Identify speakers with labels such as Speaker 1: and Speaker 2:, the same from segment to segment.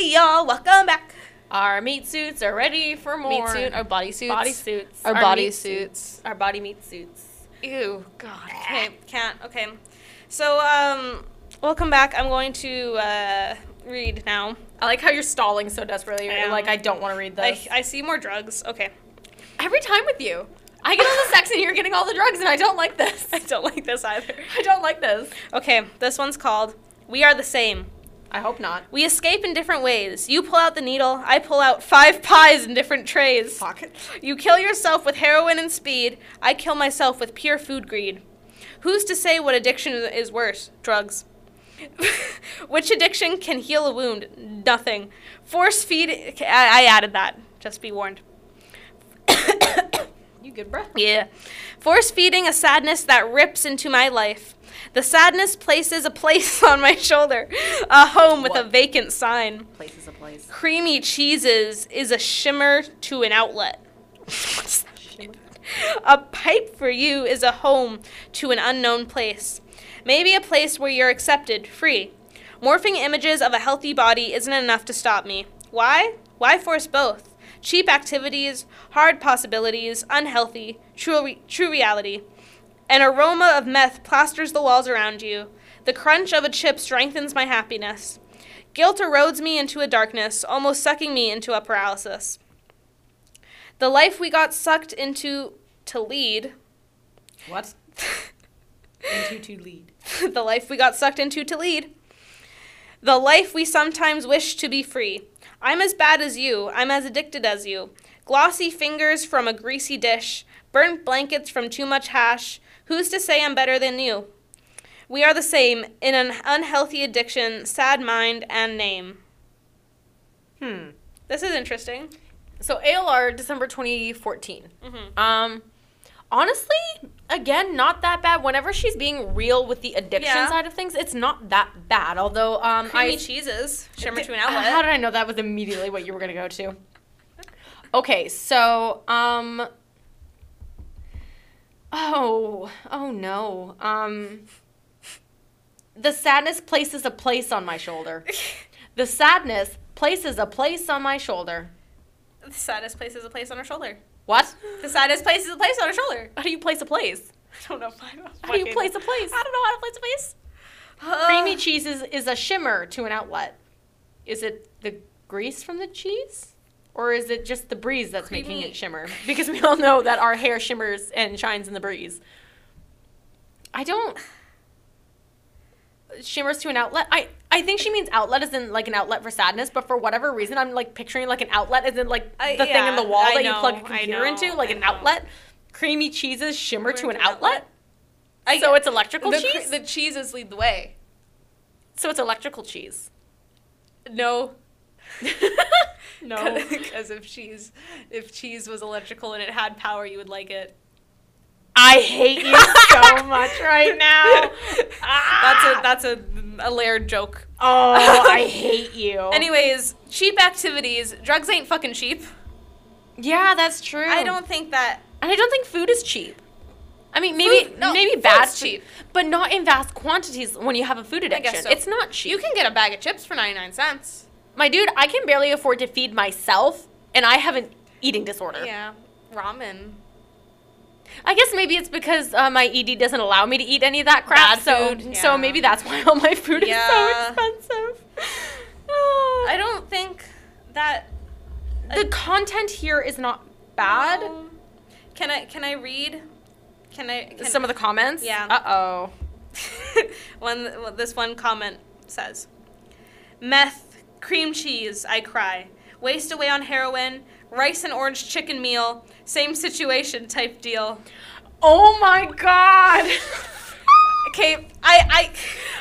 Speaker 1: y'all. Welcome back.
Speaker 2: Our meat suits are ready for more.
Speaker 3: Meat suit, our bodysuits.
Speaker 2: body suits.
Speaker 3: Our,
Speaker 2: meat
Speaker 3: body
Speaker 2: suit-
Speaker 3: suits.
Speaker 1: Our body meat suits.
Speaker 2: Ew, God.
Speaker 1: Okay, can't. Okay. So, um, welcome back. I'm going to uh, read now.
Speaker 2: I like how you're stalling so desperately. You're
Speaker 1: I am.
Speaker 2: like, I don't want to read
Speaker 1: I,
Speaker 2: this.
Speaker 1: I see more drugs. Okay.
Speaker 2: Every time with you, I get all the sex and you're getting all the drugs, and I don't like this.
Speaker 1: I don't like this either.
Speaker 2: I don't like this.
Speaker 1: Okay, this one's called We Are the Same.
Speaker 2: I hope not.
Speaker 1: We escape in different ways. You pull out the needle, I pull out five pies in different trays.
Speaker 2: Pocket.
Speaker 1: You kill yourself with heroin and speed, I kill myself with pure food greed. Who's to say what addiction is worse? Drugs. Which addiction can heal a wound? Nothing. Force feed. I I added that. Just be warned.
Speaker 2: You good, bruh?
Speaker 1: Yeah. Force feeding a sadness that rips into my life. The sadness places a place on my shoulder, a home with a
Speaker 2: What?
Speaker 1: vacant sign.
Speaker 2: Place is a place.
Speaker 1: Creamy cheeses is a shimmer to an outlet. What's that? a pipe for you is a home to an unknown place. Maybe a place where you're accepted, free. Morphing images of a healthy body isn't enough to stop me. Why? Why force both? Cheap activities, hard possibilities, unhealthy, true, re- true reality. An aroma of meth plasters the walls around you. The crunch of a chip strengthens my happiness. Guilt erodes me into a darkness, almost sucking me into a paralysis. The life we got sucked into to lead,
Speaker 2: What? Into to lead.
Speaker 1: the life we got sucked into to lead, the life we sometimes wish to be free. I'm as bad as you, I'm as addicted as you. Glossy fingers from a greasy dish, burnt blankets from too much hash. Who's to say I'm better than you? We are the same in an unhealthy addiction, sad mind, and name.
Speaker 2: Hmm.
Speaker 1: This is interesting.
Speaker 2: So ALR December 2014.
Speaker 1: Mhm.
Speaker 2: Um honestly, again, not that bad. Whenever she's being real with the addiction
Speaker 1: Yeah.
Speaker 2: side of things, it's not that bad. Although um
Speaker 1: Creamy
Speaker 2: I
Speaker 1: cheeses, shimmer to an
Speaker 2: Uh, How
Speaker 1: outlet.
Speaker 2: did I know that was immediately what you were going to go to? Okay, so um Oh, oh no. Um The sadness places a place on my shoulder. The sadness places a place on my shoulder.
Speaker 1: The saddest place is a place on her shoulder.
Speaker 2: What?
Speaker 1: The saddest place is a place on her shoulder.
Speaker 2: How do you place a place?
Speaker 1: I don't know if I
Speaker 2: How do you place a place?
Speaker 1: I don't know how to place a place. Uh.
Speaker 2: Creamy cheese is, is a shimmer to an outlet. Is it the grease from the cheese? Or is it just the breeze that's making
Speaker 1: Creamy.
Speaker 2: it shimmer? Because we all know that our hair shimmers and shines in the breeze. I don't. Shimmers to an outlet. I, I think she means outlet as in like an outlet for sadness, but for whatever reason, I'm like picturing like an outlet as in like the
Speaker 1: I-
Speaker 2: thing in
Speaker 1: Uh, yeah,
Speaker 2: the wall
Speaker 1: I
Speaker 2: that you
Speaker 1: know,
Speaker 2: plug a
Speaker 1: I
Speaker 2: computer
Speaker 1: know,
Speaker 2: into, like
Speaker 1: I
Speaker 2: an
Speaker 1: know.
Speaker 2: outlet. Creamy cheeses shimmer to an outlet.
Speaker 1: I,
Speaker 2: So it's electrical
Speaker 1: the,
Speaker 2: cheese?
Speaker 1: The cheeses lead the way.
Speaker 2: so it's electrical cheese.
Speaker 1: No.
Speaker 2: No.
Speaker 1: Because if cheese, if cheese was electrical and it had power, you would like it.
Speaker 2: I hate you so much right now. Ah!
Speaker 1: That's a that's a, a layered joke.
Speaker 2: Oh, I hate you.
Speaker 1: Anyways, cheap activities. Drugs ain't fucking cheap.
Speaker 2: yeah, that's true.
Speaker 1: I don't think that.
Speaker 2: and I don't think food is cheap. I mean, maybe
Speaker 1: Food- no,
Speaker 2: maybe
Speaker 1: food's
Speaker 2: vast
Speaker 1: cheap.
Speaker 2: but not in vast quantities. When you have a food addiction,
Speaker 1: so.
Speaker 2: it's not cheap.
Speaker 1: You can get a bag of chips for ninety nine cents.
Speaker 2: My dude, I can barely afford to feed myself, and I have an eating disorder.
Speaker 1: Yeah, ramen.
Speaker 2: I guess maybe it's because uh, my ED doesn't allow me to eat any of that
Speaker 1: Bad
Speaker 2: crap. so,
Speaker 1: food,
Speaker 2: so
Speaker 1: yeah.
Speaker 2: maybe that's why all my food
Speaker 1: Yeah.
Speaker 2: is so expensive. Oh.
Speaker 1: I don't think that
Speaker 2: the content here is not bad.
Speaker 1: No. Can I can I read? Can I can
Speaker 2: Some of the comments.
Speaker 1: Yeah.
Speaker 2: Uh oh.
Speaker 1: one well, this one comment says, meth, cream cheese, I cry, waste away on heroin, rice and orange chicken meal, same situation type deal.
Speaker 2: Oh my god.
Speaker 1: Okay, I I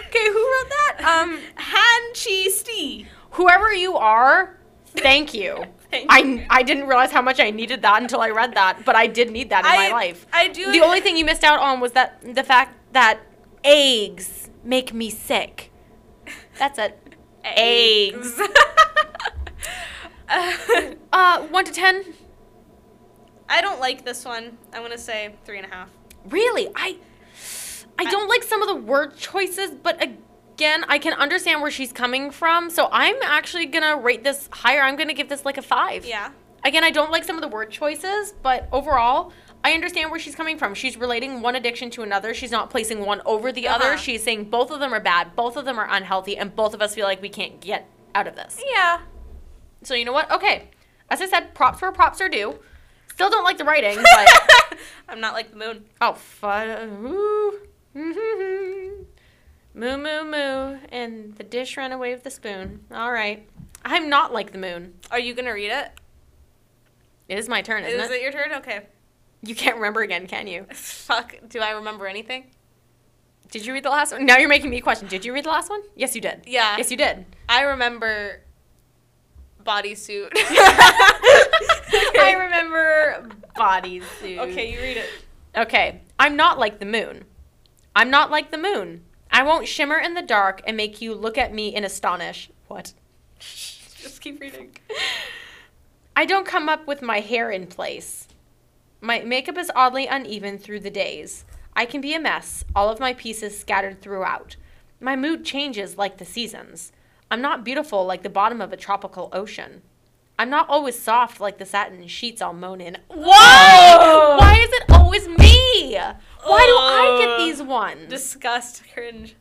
Speaker 2: okay, who wrote that? Um,
Speaker 1: Han Chi Stee.
Speaker 2: whoever you are, thank you.
Speaker 1: Thank
Speaker 2: I, I didn't realize how much I needed that until I read that, but I did need that in
Speaker 1: I,
Speaker 2: my life.
Speaker 1: I do.
Speaker 2: The only thing you missed out on was that the fact that eggs make me sick. That's it. Eggs.
Speaker 1: Uh,
Speaker 2: Uh, one to ten.
Speaker 1: I don't like this one. I'm gonna say three and a half.
Speaker 2: Really, I I don't like some of the word choices, but again, again, I can understand where she's coming from, so I'm actually gonna rate this higher. I'm gonna give this like a five.
Speaker 1: Yeah.
Speaker 2: Again, I don't like some of the word choices, but overall, I understand where she's coming from. She's relating one addiction to another. She's not placing one over the
Speaker 1: Uh-huh.
Speaker 2: other. She's saying both of them are bad, both of them are unhealthy, and both of us feel like we can't get out of this.
Speaker 1: Yeah.
Speaker 2: So you know what? Okay. As I said, props where props are due. Still don't like the writing, but
Speaker 1: I'm not like the moon.
Speaker 2: oh, fun. Ooh. moo moo moo, and the dish ran away with the spoon. All right. I'm not like the moon.
Speaker 1: Are you gonna read it?
Speaker 2: It is my turn, isn't
Speaker 1: Is
Speaker 2: it?
Speaker 1: it your turn? Okay.
Speaker 2: You can't remember again, can you?
Speaker 1: Fuck. Do I remember anything?
Speaker 2: Did you read the last one? Now you're making me question. Did you read the last one? Yes, you did.
Speaker 1: Yeah.
Speaker 2: Yes, you did.
Speaker 1: I remember bodysuit.
Speaker 2: I remember bodysuit.
Speaker 1: Okay, you read it.
Speaker 2: Okay. I'm not like the moon. I'm not like the moon. I won't shimmer in the dark and make you look at me in astonish. What?
Speaker 1: Just keep reading.
Speaker 2: I don't come up with my hair in place. My makeup is oddly uneven through the days. I can be a mess, all of my pieces scattered throughout. My mood changes like the seasons. I'm not beautiful like the bottom of a tropical ocean. I'm not always soft like the satin sheets I'll moan in. Whoa!
Speaker 1: Oh.
Speaker 2: Why is it always me? Why do I get
Speaker 1: Ugh.
Speaker 2: these ones?
Speaker 1: Disgust, cringe.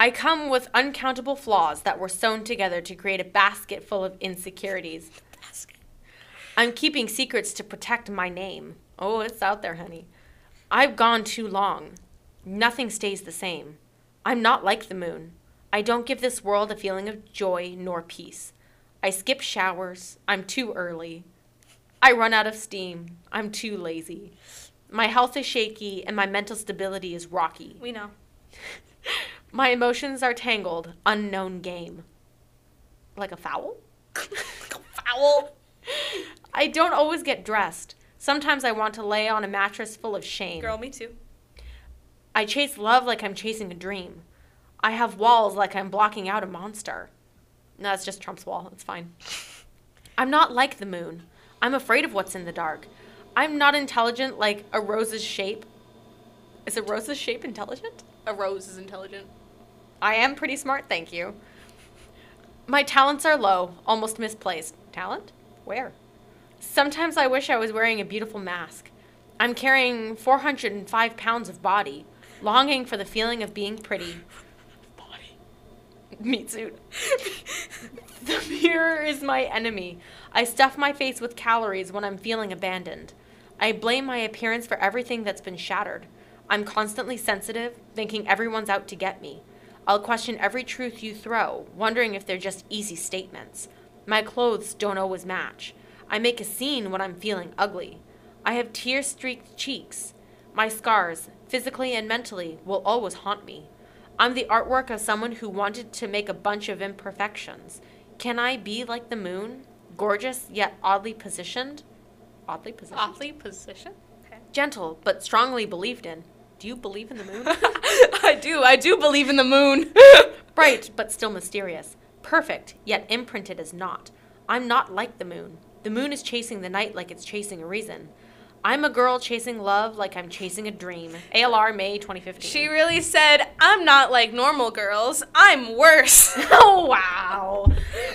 Speaker 2: I come with uncountable flaws that were sewn together to create a basket full of insecurities. I'm keeping secrets to protect my name. Oh, it's out there, honey. I've gone too long. Nothing stays the same. I'm not like the moon. I don't give this world a feeling of joy nor peace. I skip showers. I'm too early. I run out of steam. I'm too lazy. My health is shaky and my mental stability is rocky.
Speaker 1: We know.
Speaker 2: My emotions are tangled, unknown game. Like a fowl?
Speaker 1: Foul.
Speaker 2: I don't always get dressed. Sometimes I want to lay on a mattress full of shame.
Speaker 1: Girl, me too.
Speaker 2: I chase love like I'm chasing a dream. I have walls like I'm blocking out a monster. No, it's just Trump's wall. It's fine. I'm not like the moon. I'm afraid of what's in the dark. I'm not intelligent like a rose's shape. Is a rose's shape intelligent?
Speaker 1: A rose is intelligent.
Speaker 2: I am pretty smart, thank you. My talents are low, almost misplaced. Talent? Where? Sometimes I wish I was wearing a beautiful mask. I'm carrying 405 pounds of body, longing for the feeling of being pretty.
Speaker 1: Body.
Speaker 2: Meat suit. The mirror is my enemy. I stuff my face with calories when I'm feeling abandoned. I blame my appearance for everything that's been shattered. I'm constantly sensitive, thinking everyone's out to get me. I'll question every truth you throw, wondering if they're just easy statements. My clothes don't always match. I make a scene when I'm feeling ugly. I have tear streaked cheeks. My scars, physically and mentally, will always haunt me. I'm the artwork of someone who wanted to make a bunch of imperfections. Can I be like the moon? Gorgeous yet oddly positioned? Oddly positioned?
Speaker 1: Oddly position. Okay.
Speaker 2: Gentle but strongly believed in. Do you believe in the moon?
Speaker 1: I do. I do believe in the moon.
Speaker 2: Bright but still mysterious. Perfect yet imprinted as not. I'm not like the moon. The moon is chasing the night like it's chasing a reason. I'm a girl chasing love like I'm chasing a dream. ALR May 2015.
Speaker 1: she really said, "I'm not like normal girls. I'm worse."
Speaker 2: Oh wow.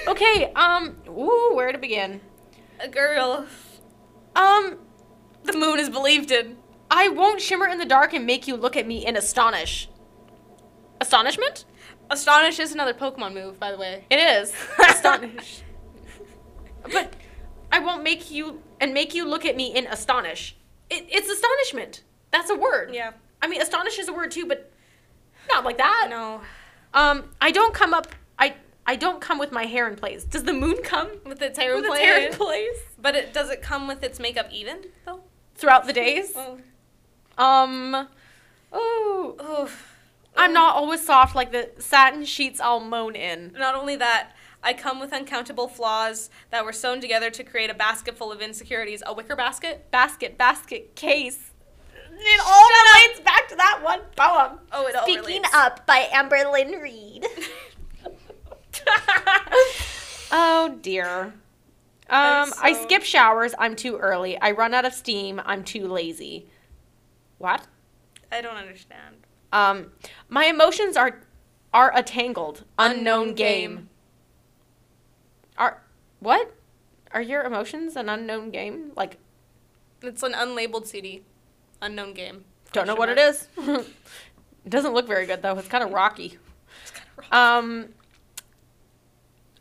Speaker 2: Okay, um ooh, where to begin?
Speaker 1: a girl.
Speaker 2: Um
Speaker 1: The moon is believed in.
Speaker 2: I won't shimmer in the dark and make you look at me in astonish. Astonishment?
Speaker 1: Astonish is another Pokemon move, by the way.
Speaker 2: It is. Astonish. But I won't make you and make you look at me in astonish. It, it's astonishment. That's a word.
Speaker 1: Yeah.
Speaker 2: I mean, astonish is a word too, but not like that.
Speaker 1: No.
Speaker 2: Um, I don't come up. I I don't come with my hair in place. Does the moon come
Speaker 1: With its hair in
Speaker 2: with its hair in
Speaker 1: place.
Speaker 2: place
Speaker 1: But it does it come with its makeup even though?
Speaker 2: throughout the days?
Speaker 1: Oh.
Speaker 2: Um, oh,
Speaker 1: oh.
Speaker 2: I'm not always soft like the satin sheets I'll moan in.
Speaker 1: Not only that, I come with uncountable flaws that were sewn together to create a basket full of insecurities. A wicker basket?
Speaker 2: Basket, basket, case. It all relates back to that one poem.
Speaker 1: Oh, it all relates.
Speaker 2: Up by Amber Lynn Reed. oh dear. Um,
Speaker 1: I'm
Speaker 2: I
Speaker 1: so-
Speaker 2: skip showers. I'm too early. I run out of steam. I'm too lazy. What?
Speaker 1: I don't understand.
Speaker 2: Um, my emotions are Are a tangled unknown game. Are what? Are your emotions an unknown game? Like
Speaker 1: It's an unlabeled CD, unknown game.
Speaker 2: don't know
Speaker 1: Question
Speaker 2: what it
Speaker 1: mark.
Speaker 2: is. Doesn't look very good though. It's kind of rocky. Um.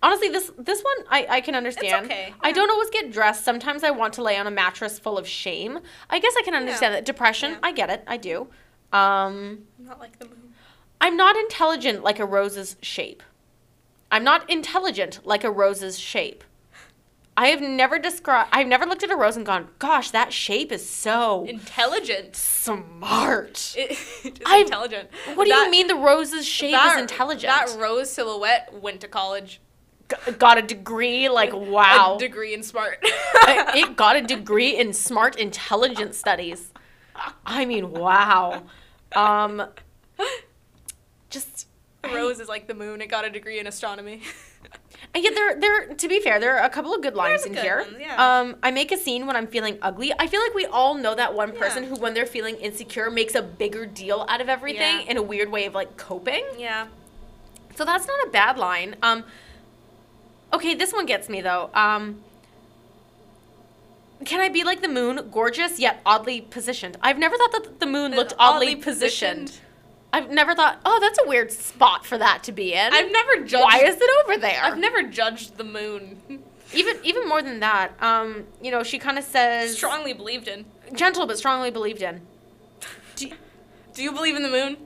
Speaker 2: Honestly, this this one I, I can understand.
Speaker 1: okay,
Speaker 2: I don't always get dressed. Sometimes I want to lay on a mattress full of shame. I guess I can understand that. Depression,
Speaker 1: Yeah.
Speaker 2: I get it. I do. Um,
Speaker 1: Not like the moon.
Speaker 2: I'm not intelligent like a rose's shape. I'm not intelligent like a rose's shape. I have never described. I've never looked at a rose and gone, "Gosh, that shape is so
Speaker 1: Intelligent.
Speaker 2: smart."
Speaker 1: It, it's
Speaker 2: I-
Speaker 1: intelligent.
Speaker 2: what do
Speaker 1: That-
Speaker 2: you mean the rose's shape is
Speaker 1: that-
Speaker 2: intelligent?
Speaker 1: That rose silhouette went to college.
Speaker 2: G- got a degree, like wow.
Speaker 1: A degree in smart.
Speaker 2: it got a degree in smart intelligence studies. I mean, wow. Um, just
Speaker 1: The Rose is like the moon. It got a degree in astronomy.
Speaker 2: I get there. There, to be fair, there are a couple of good lines
Speaker 1: some
Speaker 2: in
Speaker 1: good
Speaker 2: here.
Speaker 1: ones, yeah.
Speaker 2: Um, I make a scene when I'm feeling ugly. I feel like we all know that one person
Speaker 1: Yeah.
Speaker 2: who, when they're feeling insecure, makes a bigger deal out of everything
Speaker 1: Yeah.
Speaker 2: in a weird way of like coping.
Speaker 1: yeah.
Speaker 2: So that's not a bad line. Um, okay, this one gets me though. Um, can I be like the moon, gorgeous yet oddly positioned? I've never thought that the moon looked oddly, positioned. I've never thought, oh, that's a weird spot for that to be in.
Speaker 1: I've never judged.
Speaker 2: Why is it over there?
Speaker 1: I've never judged the moon.
Speaker 2: even even more than that, um, you know, she kind of says
Speaker 1: Strongly believed in.
Speaker 2: gentle but strongly believed in.
Speaker 1: Do, do you believe in the moon?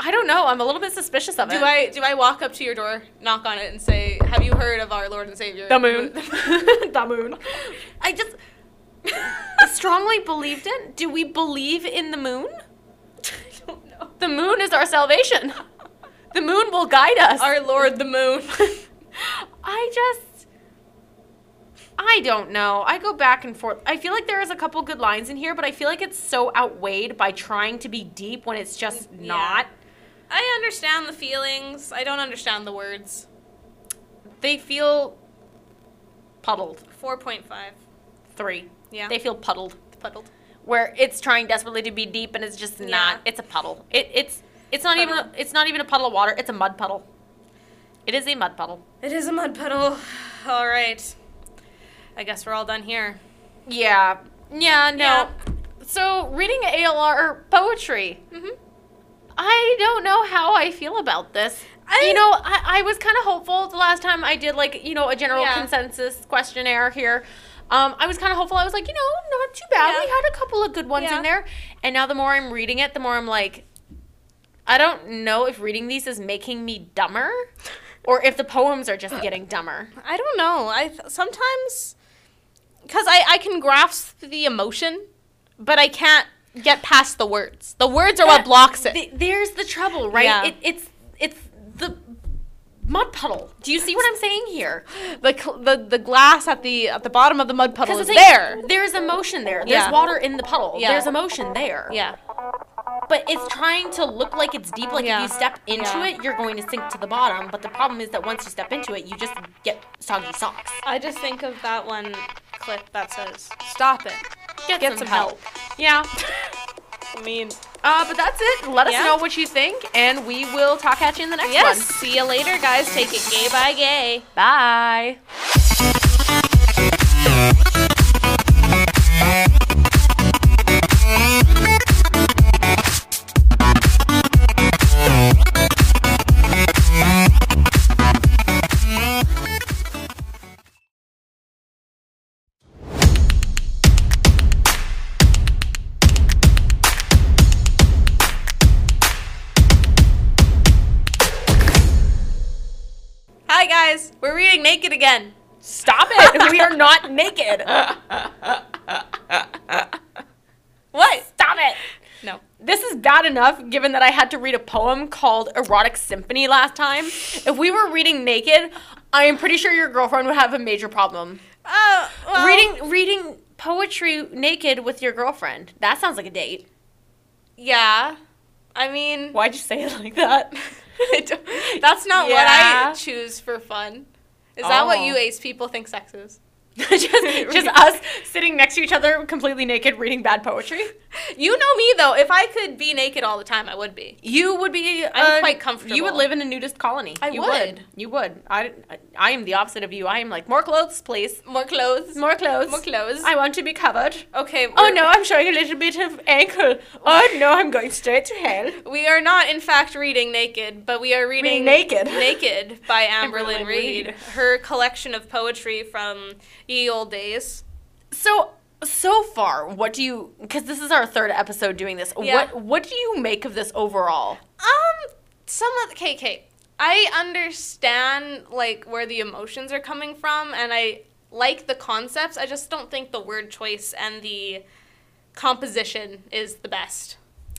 Speaker 2: I don't know. I'm a little bit suspicious of
Speaker 1: Do
Speaker 2: it.
Speaker 1: I do I walk up to your door, knock on it, and say, "Have you heard of our Lord and Savior?"
Speaker 2: The moon. the moon. I just strongly believed in. Do we believe in the moon?
Speaker 1: I don't know.
Speaker 2: The moon is our salvation. The moon will guide us.
Speaker 1: Our Lord, the moon.
Speaker 2: I just I don't know. I go back and forth. I feel like there is a couple good lines in here, but I feel like it's so outweighed by trying to be deep when it's just
Speaker 1: Yeah.
Speaker 2: not.
Speaker 1: I understand the feelings. I don't understand the words.
Speaker 2: They feel puddled.
Speaker 1: Four point five.
Speaker 2: 3.
Speaker 1: Yeah.
Speaker 2: They feel puddled.
Speaker 1: puddled.
Speaker 2: where it's trying desperately to be deep and it's just
Speaker 1: Yeah.
Speaker 2: not. It's a puddle. It, it's it's not even
Speaker 1: Puddle.
Speaker 2: a, it's not even a puddle of water. It's a mud puddle. It is a mud puddle.
Speaker 1: It is a mud puddle. All right. I guess we're all done here.
Speaker 2: Yeah. Yeah. No.
Speaker 1: Yeah.
Speaker 2: So reading ALR poetry.
Speaker 1: Mhm.
Speaker 2: I don't know how I feel about this.
Speaker 1: I-
Speaker 2: you know, I, I was kind of hopeful the last time I did like you know a general
Speaker 1: Yeah.
Speaker 2: consensus questionnaire here. Um, I was kind of hopeful. I was like, you know, not too bad. We
Speaker 1: Yeah.
Speaker 2: had a couple of good ones
Speaker 1: Yeah.
Speaker 2: in there. And now the more I'm reading it, the more I'm like, I don't know if reading these is making me dumber, or if the poems are just getting dumber.
Speaker 1: I don't know. I th- sometimes because I I can grasp the emotion, but I can't get past the words. The words are what
Speaker 2: That-
Speaker 1: blocks it.
Speaker 2: th- there's the trouble, right?
Speaker 1: Yeah.
Speaker 2: It, it's it's the mud puddle. Do you see what I'm saying here?
Speaker 1: The cl- the the glass at the at the bottom of the mud puddle
Speaker 2: Because
Speaker 1: is there.
Speaker 2: There's emotion there. There's
Speaker 1: Yeah.
Speaker 2: water in the puddle.
Speaker 1: Yeah.
Speaker 2: There's emotion there.
Speaker 1: Yeah.
Speaker 2: But it's trying to look like it's deep. Like
Speaker 1: Yeah.
Speaker 2: if you step into
Speaker 1: Yeah.
Speaker 2: it, you're going to sink to the bottom. But the problem is that once you step into it, you just get soggy socks.
Speaker 1: I just think of that one clip that says, "Stop it,
Speaker 2: Get,
Speaker 1: get some help."
Speaker 2: Yeah.
Speaker 1: I mean,
Speaker 2: Uh, but that's it. Let us
Speaker 1: Yeah.
Speaker 2: know what you think, and we will talk at you in the next
Speaker 1: yes.
Speaker 2: one.
Speaker 1: See you later, guys. Take it gay by gay.
Speaker 2: Bye.
Speaker 1: Hi guys, we're reading naked again.
Speaker 2: Stop it. we are not naked.
Speaker 1: What?
Speaker 2: Stop it.
Speaker 1: No.
Speaker 2: This is bad enough given that I had to read a poem called Erotic Symphony last time. If we were reading naked, I am pretty sure your girlfriend would have a major problem.
Speaker 1: Oh, well,
Speaker 2: Reading reading poetry naked with your girlfriend. That sounds like a date.
Speaker 1: Yeah. I mean,
Speaker 2: Why'd you say it like that?
Speaker 1: I don't- that's not what
Speaker 2: Yeah.
Speaker 1: I choose for fun. Is that what
Speaker 2: Oh.
Speaker 1: you ace people think sex is?
Speaker 2: just, just us sitting next to each other, completely naked, reading bad poetry.
Speaker 1: You know me though. If I could be naked all the time, I would be.
Speaker 2: You would be.
Speaker 1: I'm
Speaker 2: uh,
Speaker 1: quite comfortable.
Speaker 2: You would live in a nudist colony.
Speaker 1: I
Speaker 2: you
Speaker 1: would.
Speaker 2: You would. I, I am the opposite of you. I am like more clothes, please.
Speaker 1: More clothes.
Speaker 2: More clothes.
Speaker 1: More clothes.
Speaker 2: I want to be covered.
Speaker 1: okay.
Speaker 2: Oh
Speaker 1: we're-
Speaker 2: no, I'm showing a little bit of ankle. Oh no, I'm going straight to hell.
Speaker 1: We are not, in fact, reading Naked, but we are reading
Speaker 2: Reading Naked.
Speaker 1: Naked by Amberlyn
Speaker 2: Amberlyn
Speaker 1: Reed,
Speaker 2: Reed.
Speaker 1: her collection of poetry from ye old days.
Speaker 2: So so far, what do you? Because this is our third episode doing this.
Speaker 1: Yeah.
Speaker 2: What what do you make of this overall?
Speaker 1: Um, some of the KK. I understand like where the emotions are coming from, and I like the concepts. I just don't think the word choice and the composition is the best.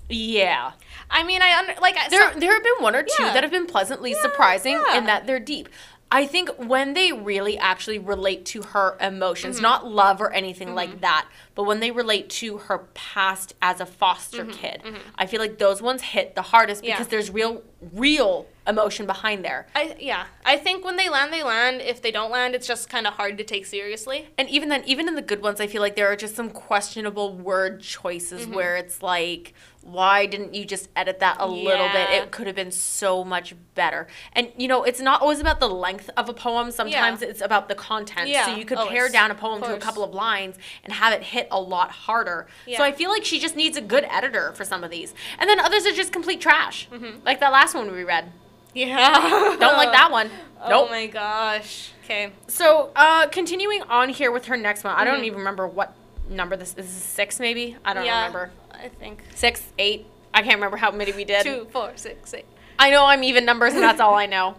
Speaker 2: Yeah,
Speaker 1: I mean, I under like I-
Speaker 2: there
Speaker 1: some-
Speaker 2: there have been one or two
Speaker 1: Yeah.
Speaker 2: that have been pleasantly
Speaker 1: Yeah,
Speaker 2: surprising
Speaker 1: yeah.
Speaker 2: in that they're deep. I think when they really actually relate to her
Speaker 1: Mm-hmm.
Speaker 2: emotions, not love or anything like that, but when they relate to her past as a foster kid, I feel like those ones hit the hardest
Speaker 1: Mm-hmm. Yeah.
Speaker 2: because there's real real emotion behind there.
Speaker 1: I yeah. I think when they land, they land. If they don't land, it's just kind of hard to take seriously.
Speaker 2: And even then, even in the good ones, I feel like there are just some questionable word choices
Speaker 1: Mm-hmm.
Speaker 2: where it's like, why didn't you just edit that a little bit?
Speaker 1: Yeah.
Speaker 2: It could have been so much better. And you know, it's not always about the length of a poem. Sometimes it's about the content.
Speaker 1: Yeah.
Speaker 2: So you could
Speaker 1: Oh,
Speaker 2: pare
Speaker 1: it's-
Speaker 2: down a poem to a
Speaker 1: course.
Speaker 2: couple of lines and have it hit a lot harder.
Speaker 1: Yeah.
Speaker 2: So I feel like she just needs a good editor for some of these. And then others are just complete trash,
Speaker 1: Mm-hmm.
Speaker 2: like that last one we read.
Speaker 1: Yeah.
Speaker 2: Don't like that one.
Speaker 1: Oh
Speaker 2: nope.
Speaker 1: my gosh. Okay.
Speaker 2: So, uh, continuing on here with her next one, I don't
Speaker 1: Mhm.
Speaker 2: even remember what number this, this is. Six, maybe? I don't remember.
Speaker 1: I think.
Speaker 2: Six, eight. I can't remember how many we did.
Speaker 1: Two, four, six, eight.
Speaker 2: I know I'm even numbers, and that's all I know.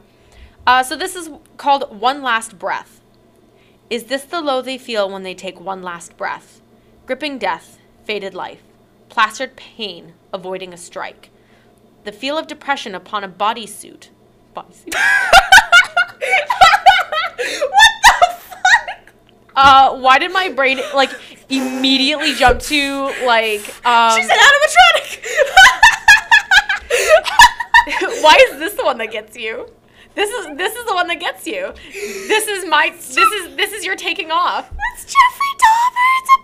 Speaker 2: Uh, so this is called One Last Breath. Is this the low they feel when they take one last breath? Gripping death, faded life, plastered pain, avoiding a strike. The feel of depression upon a bodysuit. Bodysuit. what the fuck? Uh, why did my brain like immediately jump to like um?
Speaker 1: animatronic.
Speaker 2: Why is this the one that gets you? This is this is the one that gets you. This is my this is this is your taking off.
Speaker 1: It's Jeffrey Dahmer. It's a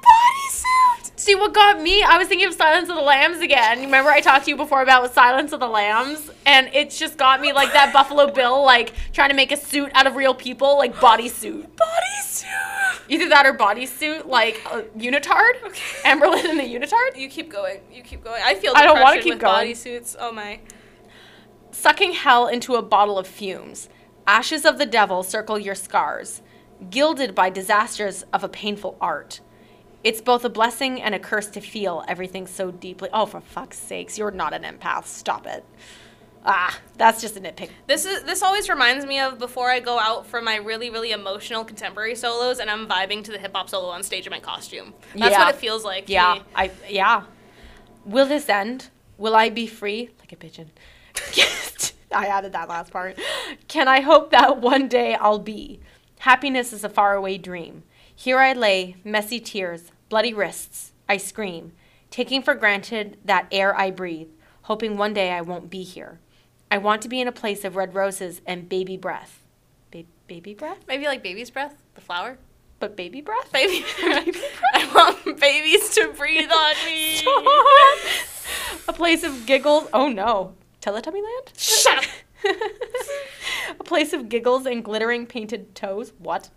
Speaker 1: bodysuit.
Speaker 2: See what got me? I was thinking of Silence of the Lambs again. Remember I talked to you before about Silence of the Lambs, and it just got me like that Buffalo Bill, like trying to make a suit out of real people, like bodysuit.
Speaker 1: Bodysuit.
Speaker 2: Either that or bodysuit, like a unitard. Amberlynn in the unitard,
Speaker 1: You keep going. You keep going. I feel.
Speaker 2: I don't wanna
Speaker 1: depression with
Speaker 2: keep going.
Speaker 1: Bodysuits. Oh my.
Speaker 2: sucking hell into a bottle of fumes. Ashes of the devil circle your scars, gilded by disasters of a painful art. It's both a blessing and a curse to feel everything so deeply. Oh, for fuck's sakes, you're not an empath. Stop it. Ah, that's just a nitpick.
Speaker 1: This is this always reminds me of before I go out for my really really emotional contemporary solos and I'm vibing to the hip hop solo on stage in my costume. That's
Speaker 2: Yeah.
Speaker 1: what it feels like. to
Speaker 2: Yeah,
Speaker 1: me.
Speaker 2: I yeah. Will this end? Will I be free like a pigeon? I added that last part. Can I hope that one day I'll be? Happiness is a faraway dream. Here I lay, messy tears, bloody wrists. I scream, taking for granted that air I breathe, hoping one day I won't be here. I want to be in a place of red roses and baby breath. Ba- baby breath?
Speaker 1: Maybe like baby's breath, the flower.
Speaker 2: But baby breath?
Speaker 1: Baby, I want babies to breathe on me.
Speaker 2: Stop. A place of giggles. Oh no. Teletubby land?
Speaker 1: Shut up.
Speaker 2: A place of giggles and glittering painted toes. What?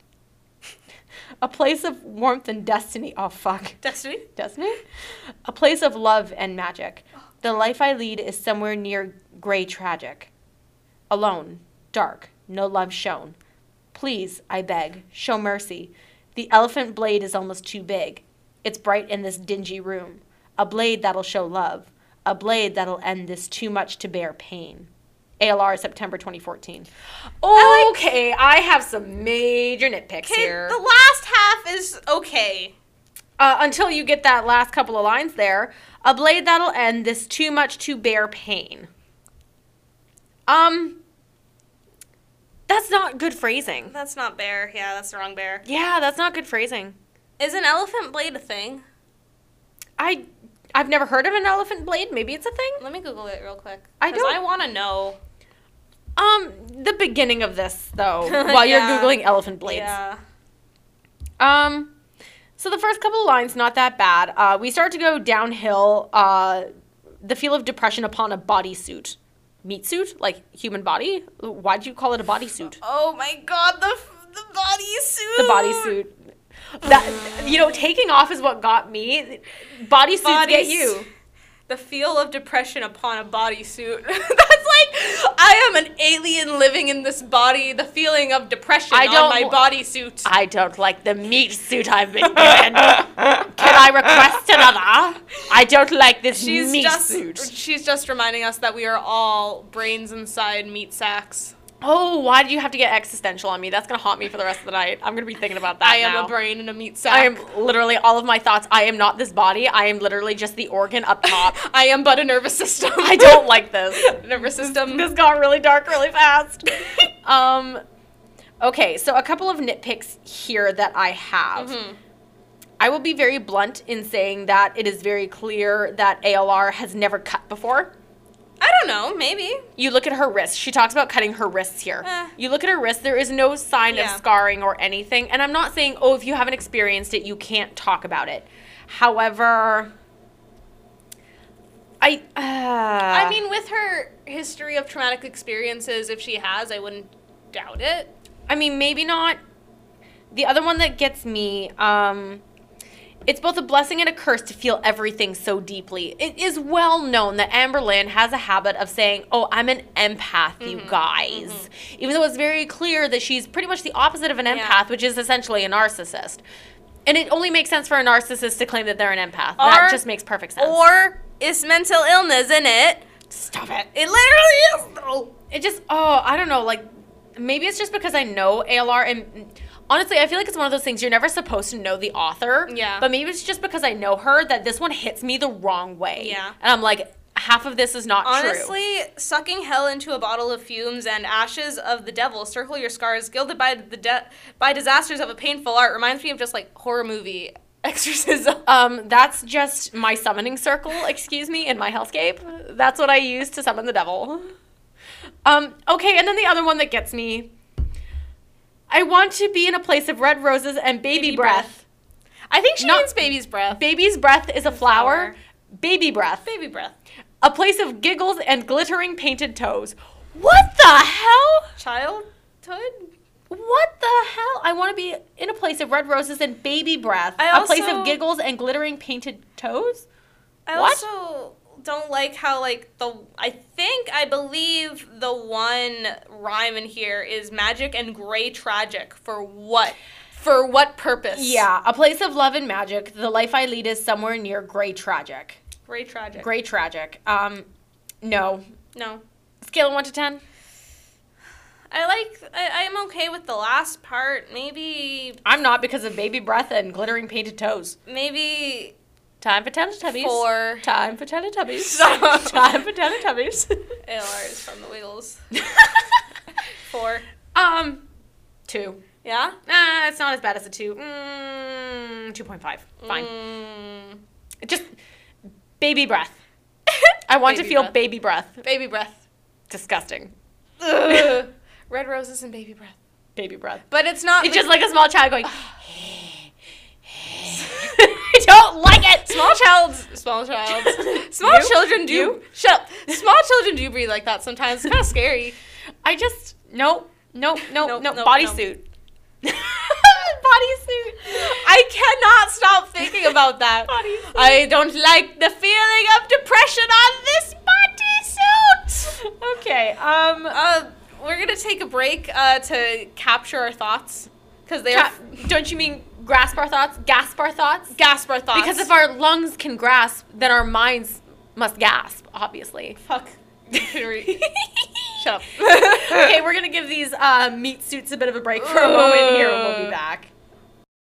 Speaker 2: A place of warmth and destiny. Oh fuck.
Speaker 1: Destiny.
Speaker 2: Destiny? A place of love and magic. The life I lead is somewhere near gray tragic. Alone, dark, no love shown. Please, I beg, show mercy. The elephant blade is almost too big. It's bright in this dingy room. A blade that'll show love. A blade that'll end this too much to bear pain. ALR September 2014. Okay, I have some major nitpicks
Speaker 1: Okay, the last half is okay.
Speaker 2: uh, until you get that last couple of lines there. A blade that'll end this too much to bear pain. Um, that's not good phrasing.
Speaker 1: That's not bear. Yeah, that's the wrong bear.
Speaker 2: Yeah, that's not good phrasing.
Speaker 1: Is an elephant blade a thing?
Speaker 2: I, I've never heard of an elephant blade. Maybe it's a thing.
Speaker 1: Let me Google it real quick.
Speaker 2: I
Speaker 1: 'cause
Speaker 2: don't-
Speaker 1: I want to know.
Speaker 2: Um, the beginning of this though, while
Speaker 1: Yeah.
Speaker 2: you're googling elephant blades.
Speaker 1: Yeah.
Speaker 2: Um, so the first couple of lines not that bad. Uh, we start to go downhill. Uh, the feel of depression upon a bodysuit, meat suit, like human body. Why do you call it a bodysuit?
Speaker 1: Oh my god, the f- the bodysuit.
Speaker 2: The bodysuit. That you know, taking off is what got me. Bodysuits get
Speaker 1: Bodies-
Speaker 2: you.
Speaker 1: The feel of depression upon a bodysuit. That's like I am an alien living in this body. The feeling of depression
Speaker 2: I don't
Speaker 1: on my
Speaker 2: wa-
Speaker 1: bodysuit.
Speaker 2: I don't like the meat suit I've been given. Can I request another? I don't like this
Speaker 1: She's
Speaker 2: meat
Speaker 1: just
Speaker 2: suit.
Speaker 1: she's just reminding us that we are all brains inside meat sacks.
Speaker 2: Oh, why did you have to get existential on me? That's gonna haunt me for the rest of the night. I'm gonna be thinking about that.
Speaker 1: I am
Speaker 2: now.
Speaker 1: a brain in a meat sack.
Speaker 2: I am literally all of my thoughts. I am not this body. I am literally just the organ up top.
Speaker 1: I am but a nervous system.
Speaker 2: I don't like this.
Speaker 1: nervous system.
Speaker 2: This got really dark really fast. um, okay, so a couple of nitpicks here that I have.
Speaker 1: Mhm.
Speaker 2: I will be very blunt in saying that it is very clear that ALR has never cut before.
Speaker 1: I don't know. Maybe.
Speaker 2: You look at her wrist. She talks about cutting her wrists here.
Speaker 1: Eh.
Speaker 2: You look at her wrist, there is no sign
Speaker 1: Yeah.
Speaker 2: of scarring or anything. And I'm not saying, oh, if you haven't experienced it, you can't talk about it. However, I. Uh,
Speaker 1: I mean, with her history of traumatic experiences, if she has, I wouldn't doubt it.
Speaker 2: I mean, maybe not. The other one that gets me, um, it's both a blessing and a curse to feel everything so deeply. It is well known that Amber Lynn has a habit of saying, Oh, I'm an empath, you
Speaker 1: Mm-hmm.
Speaker 2: guys. Even though it's very clear that she's pretty much the opposite of an empath,
Speaker 1: Yeah.
Speaker 2: which is essentially a narcissist. And it only makes sense for a narcissist to claim that they're an empath.
Speaker 1: Or-
Speaker 2: that just makes perfect sense.
Speaker 1: Or it's mental illness, in it?
Speaker 2: stop it.
Speaker 1: It literally is. though.
Speaker 2: It just oh, I don't know, like maybe it's just because I know ALR and honestly, I feel like it's one of those things you're never supposed to know the author.
Speaker 1: Yeah.
Speaker 2: But maybe it's just because I know her that this one hits me the wrong way.
Speaker 1: Yeah.
Speaker 2: And I'm like, half of this is not true.
Speaker 1: Honestly, sucking hell into a bottle of fumes and ashes of the devil, circle your scars, gilded by the de- by disasters of a painful art, reminds me of just like horror movie exorcism.
Speaker 2: Um, that's just my summoning circle, excuse me, in my hellscape. That's what I use to summon the devil. Um, okay, and then the other one that gets me. I want to be in a place of red roses and baby,
Speaker 1: Baby
Speaker 2: breath.
Speaker 1: breath. I think she
Speaker 2: Not-
Speaker 1: means baby's breath.
Speaker 2: Baby's breath is a flower.
Speaker 1: flower.
Speaker 2: Baby breath.
Speaker 1: Baby breath.
Speaker 2: A place of giggles and glittering painted toes. What the hell?
Speaker 1: Childhood.
Speaker 2: What the hell? I want to be in a place of red roses and baby breath.
Speaker 1: I
Speaker 2: A place
Speaker 1: also-
Speaker 2: of giggles and glittering painted toes?
Speaker 1: I
Speaker 2: What?
Speaker 1: also don't like how like the I think I believe the one rhyme in here is magic and gray tragic for what? For what purpose?
Speaker 2: Yeah, a place of love and magic. The life I lead is somewhere near gray tragic.
Speaker 1: Gray tragic.
Speaker 2: Gray tragic. Um no.
Speaker 1: No.
Speaker 2: Scale of 1 to 10.
Speaker 1: I like I, I'm okay with the last part. Maybe
Speaker 2: I'm not because of baby breath and glittering painted toes.
Speaker 1: maybe
Speaker 2: Time for Teletubbies.
Speaker 1: four
Speaker 2: Time for Teletubbies.
Speaker 1: Stop.
Speaker 2: Time for Teletubbies.
Speaker 1: ALRs from the Wiggles. Four.
Speaker 2: um, two.
Speaker 1: Yeah?
Speaker 2: Nah, it's not as bad as a two. Mm, 2.5. Fine.
Speaker 1: Mm.
Speaker 2: Just baby breath. I want
Speaker 1: Baby
Speaker 2: to feel
Speaker 1: breath.
Speaker 2: baby breath.
Speaker 1: baby breath.
Speaker 2: Disgusting.
Speaker 1: Ugh. Red roses and baby breath.
Speaker 2: Baby breath.
Speaker 1: But it's not
Speaker 2: It's just like a small child going, I don't like it.
Speaker 1: Small childs, small childs, small
Speaker 2: You?
Speaker 1: children do.
Speaker 2: You?
Speaker 1: Shut up. Small children do breathe like that sometimes. It's kind of scary.
Speaker 2: I just, nope, nope, nope,
Speaker 1: Nope,
Speaker 2: nope.
Speaker 1: nope,
Speaker 2: Bodysuit.
Speaker 1: Bodysuit. I cannot stop thinking about that.
Speaker 2: Bodysuit.
Speaker 1: I don't like the feeling of depression on this bodysuit.
Speaker 2: Okay, um,
Speaker 1: Uh, we're gonna take a break uh, to capture our thoughts because they are
Speaker 2: Ca- don't you mean grasp our thoughts? Gasp our thoughts?
Speaker 1: gasp our thoughts.
Speaker 2: Because if our lungs can grasp, then our minds must gasp, obviously.
Speaker 1: fuck. Shut up.
Speaker 2: okay, we're gonna give these uh, meat suits a bit of a break for a moment here. We'll be back.